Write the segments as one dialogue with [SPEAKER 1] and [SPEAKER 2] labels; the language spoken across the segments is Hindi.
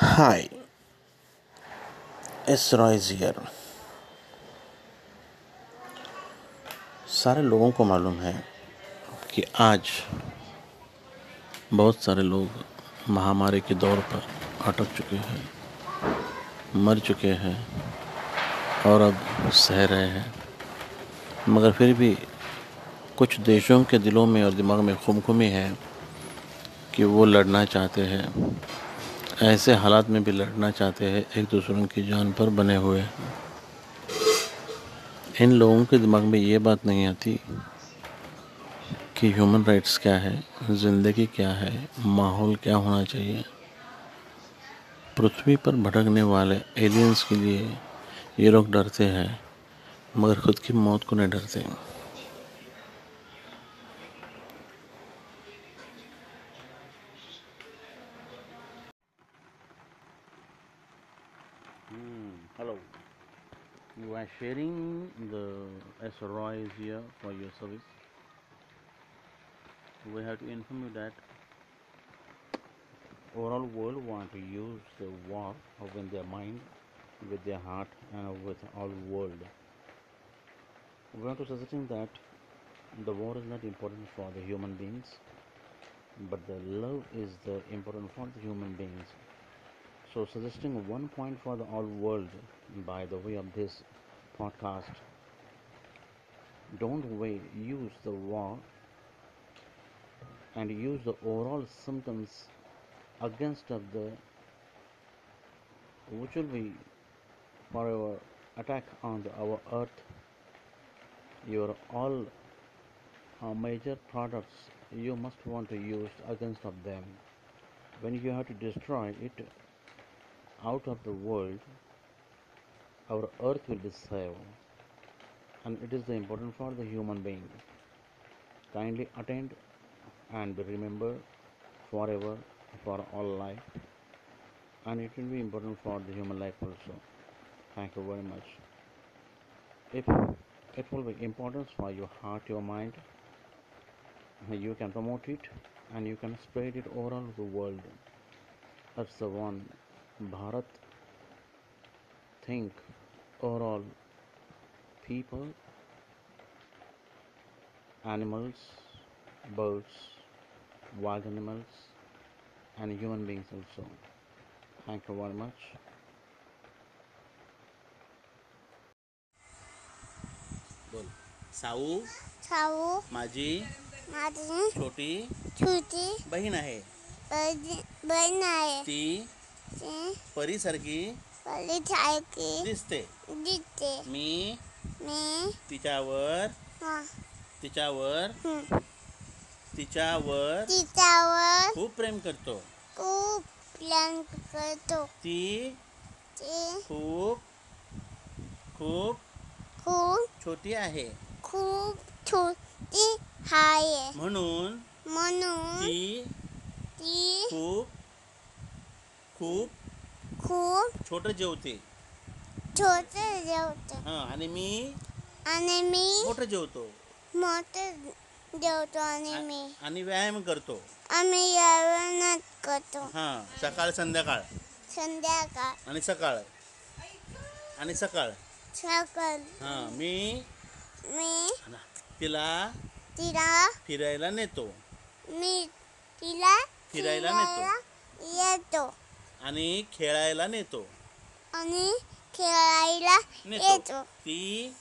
[SPEAKER 1] Hi, S Roy is here. सारे लोगों को मालूम है कि आज बहुत सारे लोग महामारी के दौर पर अटक चुके हैं मर चुके हैं और अब सह रहे हैं मगर फिर भी कुछ देशों के दिलों में और दिमाग में खुमखुमी है कि वो लड़ना चाहते हैं ऐसे हालात में भी लड़ना चाहते हैं एक दूसरों की जान पर बने हुए हैं इन लोगों के दिमाग में ये बात नहीं आती कि ह्यूमन राइट्स क्या है ज़िंदगी क्या है माहौल क्या होना चाहिए पृथ्वी पर भटकने वाले एलियंस के लिए ये लोग डरते हैं मगर खुद की मौत को नहीं डरते Hello, you are sharing the SROI is here for your service. We have to inform you that overall world want to use the war with their mind, with their heart, and with all world. We are to suggesting that the war is not important for the human beings, but the love is the important for the human beings. So suggesting one point for the all world by the way of this podcast. Don't wait, use the war and use the overall symptoms against of the which will be forever attack on the, our earth your all uh, major products you must want to use against of them when you have to destroy it out of the world our earth will be saved and it is the important for the human being kindly attend and be remember forever for all life and it will be important for the human life also thank you very much if it will be importance for your heart your mind you can promote it and you can spread it all over the world that's the one bharat think overall people animals birds wild animals and human beings also thank you very much बोल साऊ
[SPEAKER 2] साऊ
[SPEAKER 1] माझी
[SPEAKER 2] माझी
[SPEAKER 1] छोटी
[SPEAKER 2] छोटी
[SPEAKER 1] बहीण आहे
[SPEAKER 2] बहीण बहीण आहे
[SPEAKER 1] ती
[SPEAKER 2] ती
[SPEAKER 1] परीसारखी
[SPEAKER 2] पहिलीच आहे की
[SPEAKER 1] दिसते
[SPEAKER 2] दिसते
[SPEAKER 1] मी
[SPEAKER 2] मी
[SPEAKER 1] तिच्यावर
[SPEAKER 2] हं,
[SPEAKER 1] तिच्यावर
[SPEAKER 2] हं.
[SPEAKER 1] तिच्यावर
[SPEAKER 2] तिच्यावर
[SPEAKER 1] खूप प्रेम करतो
[SPEAKER 2] खूप प्लॅन करतो
[SPEAKER 1] ती
[SPEAKER 2] ती
[SPEAKER 1] खूप खूप
[SPEAKER 2] खूप
[SPEAKER 1] छोटी आहे
[SPEAKER 2] खूप छोटी आहे
[SPEAKER 1] म्हणून
[SPEAKER 2] म्हणून
[SPEAKER 1] ती
[SPEAKER 2] ती
[SPEAKER 1] खूप खूप
[SPEAKER 2] खूप
[SPEAKER 1] छोटं जेवते
[SPEAKER 2] छोटे जेवते
[SPEAKER 1] हां आणि मी
[SPEAKER 2] आणि मी
[SPEAKER 1] मोठं जेवतो
[SPEAKER 2] मोठे जेवतो आणि मी
[SPEAKER 1] आणि व्यायाम करतो
[SPEAKER 2] आम्ही यावनच करतो
[SPEAKER 1] हां सकाळ संध्याकाळ
[SPEAKER 2] संध्याकाळ
[SPEAKER 1] आणि सकाळ आणि सकाळ
[SPEAKER 2] सकाळ
[SPEAKER 1] हां मी
[SPEAKER 2] मी
[SPEAKER 1] तिला
[SPEAKER 2] तिला
[SPEAKER 1] फिरायला नेतो
[SPEAKER 2] मी तिला
[SPEAKER 1] फिरायला नेतो.
[SPEAKER 2] फिरायला येतो
[SPEAKER 1] आणि खेळायला नेतो
[SPEAKER 2] आणि खेळायला
[SPEAKER 1] नेतो
[SPEAKER 2] येतो
[SPEAKER 1] ती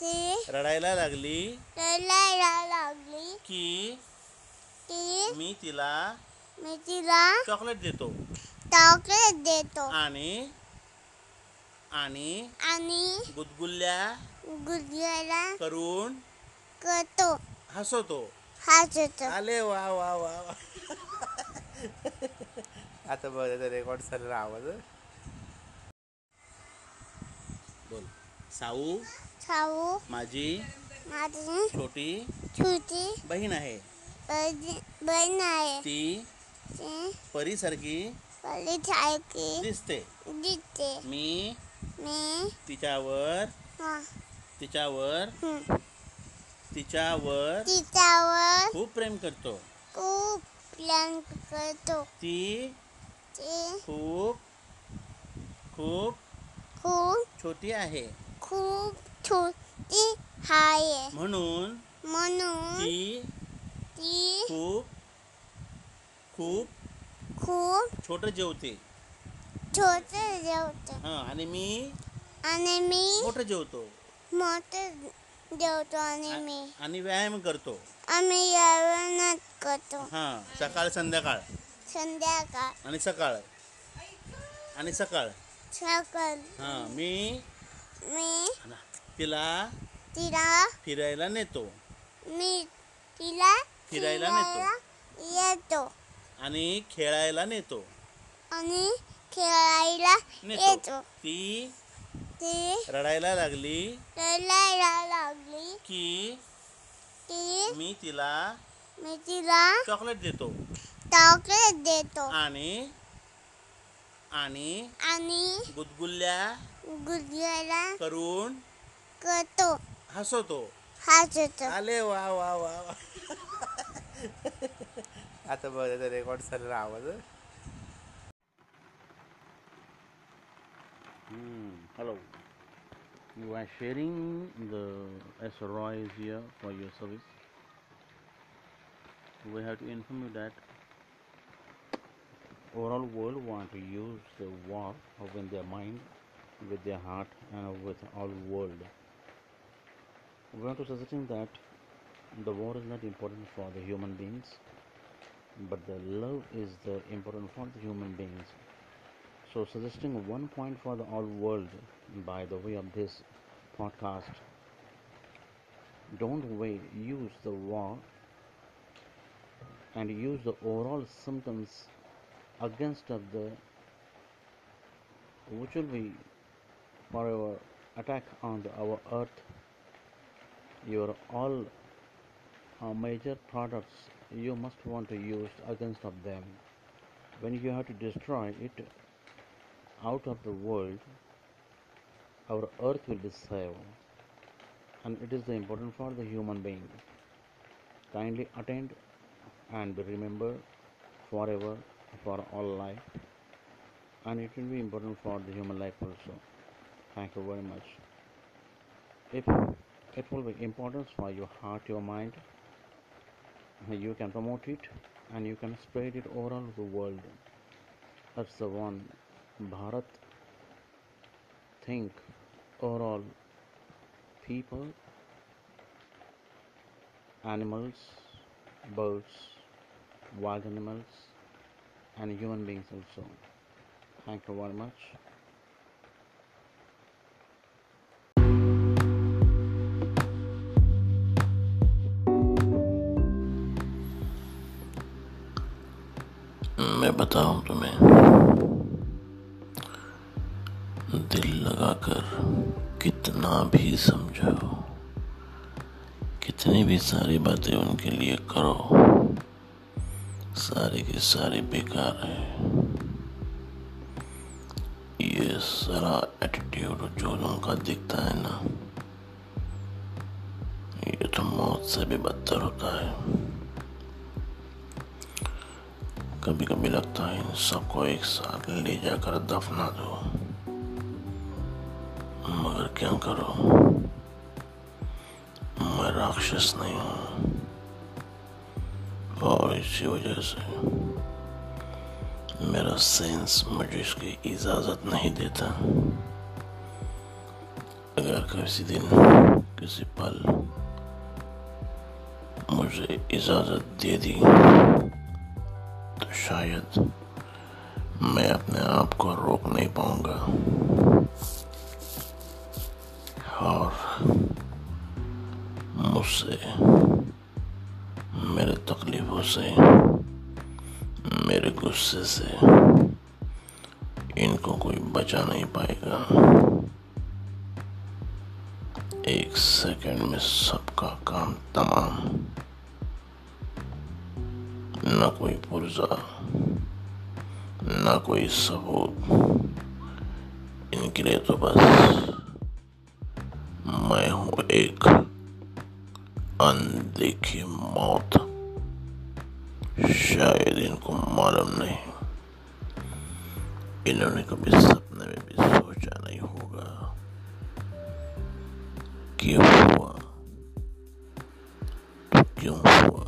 [SPEAKER 2] ती
[SPEAKER 1] रडायला लागली
[SPEAKER 2] रडायला लागली
[SPEAKER 1] की
[SPEAKER 2] की
[SPEAKER 1] मी तिला
[SPEAKER 2] मी तिला
[SPEAKER 1] चॉकलेट देतो
[SPEAKER 2] चॉकलेट देतो
[SPEAKER 3] Ah.
[SPEAKER 1] आणि आणि
[SPEAKER 2] आणि
[SPEAKER 1] गुदगुल्या
[SPEAKER 2] गुजराला
[SPEAKER 1] करून
[SPEAKER 2] करतो
[SPEAKER 1] हसवतो
[SPEAKER 2] हसतो
[SPEAKER 1] आले वा वा वा वा. आता बघ रेकॉर्ड झालेला आवाज बोल साऊ
[SPEAKER 2] साऊ
[SPEAKER 1] माझी
[SPEAKER 2] माझी
[SPEAKER 1] छोटी
[SPEAKER 2] छोटी
[SPEAKER 1] बहीण आहे
[SPEAKER 2] बहीण बहीण आहे
[SPEAKER 1] ती
[SPEAKER 2] ती
[SPEAKER 1] परीसारखी
[SPEAKER 2] पहिलीच आहे की
[SPEAKER 1] दिसते
[SPEAKER 2] दिसते
[SPEAKER 1] मी
[SPEAKER 2] मी
[SPEAKER 1] तिच्यावर
[SPEAKER 2] हं,
[SPEAKER 1] तिच्यावर
[SPEAKER 2] हं.
[SPEAKER 1] तिच्यावर
[SPEAKER 2] तिच्यावर
[SPEAKER 1] खूप प्रेम करतो
[SPEAKER 2] खूप प्लॅन करतो
[SPEAKER 1] ती
[SPEAKER 2] चे
[SPEAKER 3] खूप खूप
[SPEAKER 2] खूप
[SPEAKER 3] छोटी आहे
[SPEAKER 2] खूप छोटी आहे
[SPEAKER 3] म्हणून
[SPEAKER 2] म्हणून
[SPEAKER 3] ती
[SPEAKER 2] ती
[SPEAKER 3] खूप खूप
[SPEAKER 2] खूप
[SPEAKER 3] छोटं जेवते
[SPEAKER 2] छोटे जेवते
[SPEAKER 3] हां आणि मी
[SPEAKER 2] आणि मी
[SPEAKER 3] मोठं जेवतो
[SPEAKER 2] मोठे जेवतो आणि मी
[SPEAKER 3] आ- आणि व्यायाम करतो
[SPEAKER 2] आम्ही यावणच करतो
[SPEAKER 3] हां सकाळ संध्याकाळ
[SPEAKER 2] संध्याकाळ
[SPEAKER 3] आणि सकाळ आणि सकाळ
[SPEAKER 2] सकाळ
[SPEAKER 3] हां मी
[SPEAKER 2] मी
[SPEAKER 3] तिला
[SPEAKER 2] तिला
[SPEAKER 3] फिरायला नेतो
[SPEAKER 2] मी तिला
[SPEAKER 3] फिरायला नेतो.
[SPEAKER 2] फिरायला येतो
[SPEAKER 3] आणि खेळायला नेतो
[SPEAKER 2] आणि खेळायला
[SPEAKER 3] नेतो
[SPEAKER 2] येतो
[SPEAKER 3] ती
[SPEAKER 2] ती
[SPEAKER 3] रडायला लागली
[SPEAKER 2] रडायला लागली
[SPEAKER 3] की
[SPEAKER 2] की
[SPEAKER 3] मी तिला
[SPEAKER 2] मी तिला
[SPEAKER 3] चॉकलेट देतो
[SPEAKER 2] चॉकलेट देतो
[SPEAKER 3] आणि आणि
[SPEAKER 2] आणि
[SPEAKER 3] गुदगुल्या
[SPEAKER 2] गुजराला
[SPEAKER 3] करून
[SPEAKER 2] करतो
[SPEAKER 3] हसवतो
[SPEAKER 2] हसतो
[SPEAKER 3] आले वा वा वा वा. आता बघ रेकॉर्ड झालेला आवाज
[SPEAKER 1] Hmm, hello. You are sharing the SRI is here for your service. We have to inform you that overall world want to use the war with their mind, with their heart, and with all world. We are to suggesting that the war is not important for the human beings, but the love is the important for the human beings. So, suggesting one point for the all world by the way of this podcast. Don't wait, use the war and use the overall symptoms against of the which will be forever attack on the, our earth. Your all uh, major products you must want to use against of them. When you have to destroy it, out of the world, our earth will be saved, and it is the important for the human being. Kindly attend and be remembered forever for all life, and it will be important for the human life also. Thank you very much. If it will be importance for your heart, your mind, you can promote it and you can spread it overall the world. That's the one. Bharat think overall people, animals, birds, wild animals, and human beings also. Thank you very much.
[SPEAKER 4] मैं बताऊं तुम्हें दिल लगाकर कितना भी समझाओ कितनी भी सारी बातें उनके लिए करो सारे के सारे बेकार हैं ये सारा एटीट्यूड जो उनका दिखता है ना ये तो मौत से भी बदतर होता है कभी कभी लगता है इन सबको एक साथ ले जाकर दफना दो मगर क्या करो मैं राक्षस नहीं हूं और इसी वजह से मेरा सेंस मुझे इसकी इजाजत नहीं देता अगर किसी दिन किसी पल मुझे इजाजत दे दी तो शायद मैं अपने आप को रोक नहीं पाऊंगा और मुझसे मेरे तकलीफों से मेरे गुस्से से इनको कोई बचा नहीं पाएगा एक सेकंड में सबका काम तमाम न कोई पुर्जा न कोई सबूत इनके लिए तो बस मैं हूं एक अनदेखी मौत शायद इनको मालूम नहीं इन्होंने कभी सपने में भी सोचा नहीं होगा कि हुआ तो क्यों हुआ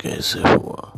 [SPEAKER 4] कैसे हुआ